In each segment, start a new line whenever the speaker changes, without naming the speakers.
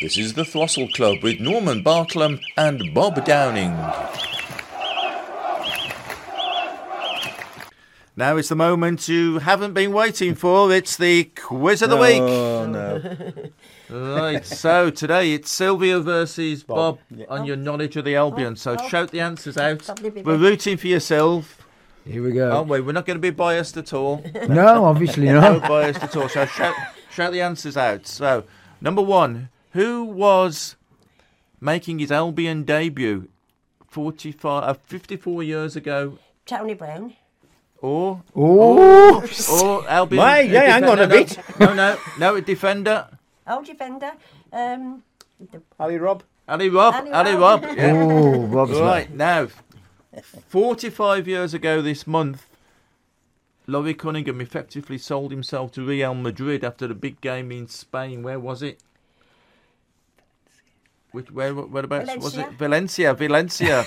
This is the Throstle Club with Norman Bartlam and Bob Downing.
Now it's the moment you haven't been waiting for. It's the quiz of the week.
Oh no.
Right, so today it's Sylvia versus Bob,
Bob.
on your knowledge of the Albion. So shout the answers out.
Lovely bit
We're
of-
rooting for yourself,
Here we go.
aren't we? We're not going to be biased at all.
no, obviously
No
not.
biased at all. So shout, shout the answers out. So, number one, who was making his Albion debut 45, uh, 54 years ago?
Tony Brown.
Or,
Oh,
or Albion.
My- yeah, hang on a
no,
bit.
No, no, no, a defender.
Old defender. Um,
Ali Rob.
Ali Rob.
Ali
Ali Rob.
Rob.
Yeah.
oh, Rob's right.
Right now, 45 years ago this month, Laurie Cunningham effectively sold himself to Real Madrid after the big game in Spain. Where was it? Which where whereabouts was it? Valencia, Valencia.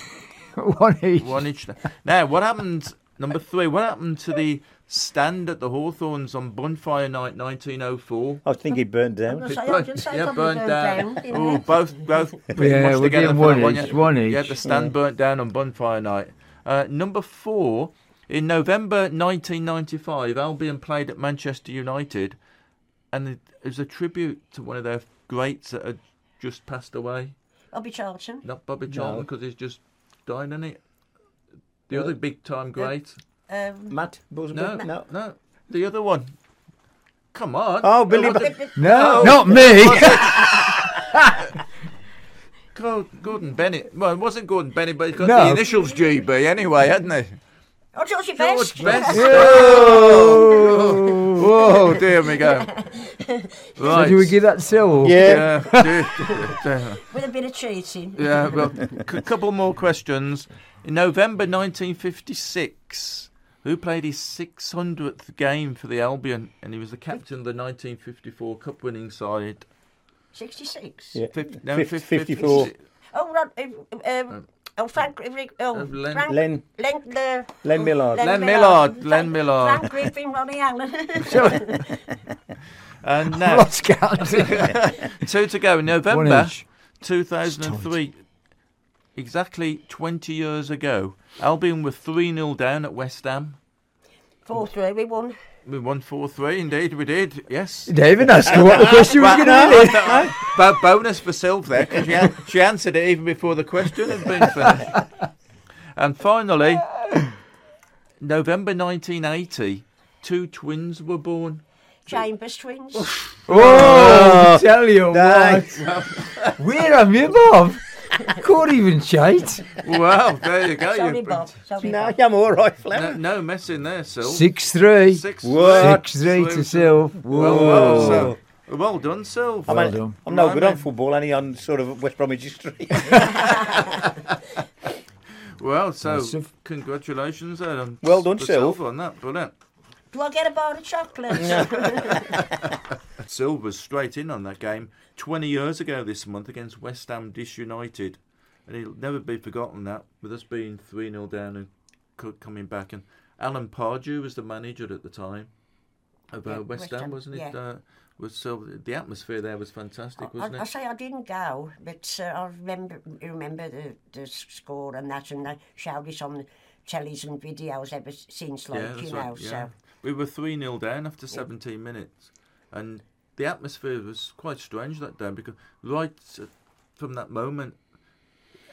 One each.
One inch. Now, what happened? Number three. What happened to the stand at the Hawthorns on Bonfire Night 1904?
I think he burned down.
so I just say
yeah,
probably
burnt down.
you
Oh,
know.
both, both. pretty
Yeah,
much
we
together
did
for that
one
one,
each,
yeah.
one
Yeah,
each.
the stand burnt down on bonfire night. Uh, number four, in November 1995, Albion played at Manchester United, and it was a tribute to one of their greats that had just passed away.
Bobby Charlton.
Not Bobby Charlton, because he's just died, isn't it? The other big time great.
Um,
Matt Busby.
No,
no.
no, the other one. Come on.
Oh, Billy.
It
Ba-
wasn't-
No, not me.
Gor- Gordon Bennett. Well, it wasn't Gordon Bennett, but he got
No.
the initials GB anyway, hadn't he?
oh, Georgie Best.
George Best.
oh,
Whoa, dear me go.
so
Right.
do we give that Syl?
yeah.
yeah, dear-
With a bit of cheating.
yeah, well, a couple more questions. In November 1956, who played his 600th game for the Albion? And he was the captain of the 1954 Cup winning side.
66.
Yeah.
Fif- no,
Fif-
fif-
54.
56.
Oh, Rod, um, um, oh, Frank, oh,
Uh, Len-
Frank,
Len.
Len, the,
Len Millard.
Oh. Len Millard, Len Millard.
Frank Griffin, Ronnie Allen.
And now,
Lost count.
two to go. In
One
November
each.
2003, exactly 20 years ago, Albion were 3 0 down at West Ham.
Four three, we won.
We won 4 3, indeed, we did, yes.
David asked her what the question was going to be.
Bo- bonus for Sylv there, 'cause she, an- she answered it even before the question had been finished. and finally, November 1980, two twins were born.
Chambers twins.
Oh, tell you
Right.
what. Where am you, Bob? Can't even cheat.
Well, there you go.
Sorry,
you-
Bob. Sorry,
No,
Bob.
I'm all right,
No,
Flem.
no messing there, Sylv.
Six three. Six
Six.
What?
three to Syl.
Well, well,
Whoa.
Sylv. well done, Sylv.
I'm,
Well
an-
done.
I'm no
Blimey.
good on football, only on sort of West Bromwich history.
Well, so
Sylv.
congratulations then. on-
Well done,
for
Sylv.
on that, brilliant.
Do I get a bar of chocolate?
Sylv was straight in on that game 20 years ago this month against West Ham Disunited. And he'll never be forgotten that, with us being 3 0 down and co- coming back. And Alan Pardew was the manager at the time of uh,
Yeah,
West,
West
Ham,
Ham,
wasn't it?
yeah.
Uh, was Sylv, the atmosphere there was fantastic,
I,
wasn't
I
it?
say I didn't go, but uh, I remember remember the, the score and that, and I showed it on tellies and videos ever since, like,
yeah, that's
you know.
right. yeah.
So
We were 3 0 down after 17 minutes. And the atmosphere was quite strange that day because right uh, from that moment,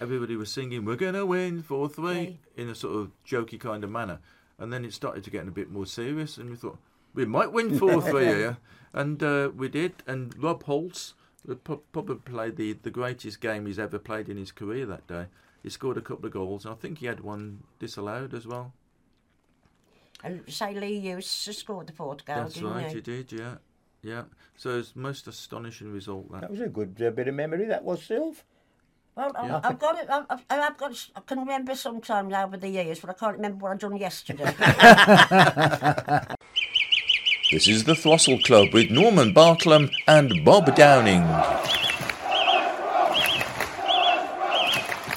everybody was singing, We're going to win 4 3
Right.
in a sort of jokey kind of manner. And then it started to get a bit more serious, and we thought, We might win 4 3 here. And uh, we did. And Rob Holtz uh, pro- probably played the, the greatest game he's ever played in his career that day. He scored a couple of goals, and I think he had one disallowed as well.
and say Lee Hughes scored the fourth goal,
That's
didn't
right,
he?
he did, yeah. Yeah. So it's most astonishing result that.
That was a good uh, bit of memory, that was, Sylv.
Well, I-
Yeah.
I've got it. I've, I've- I've got. it- I can remember sometimes over the years, but I can't remember what I done yesterday.
This is the Throstle Club with Norman Bartlam and Bob Downing.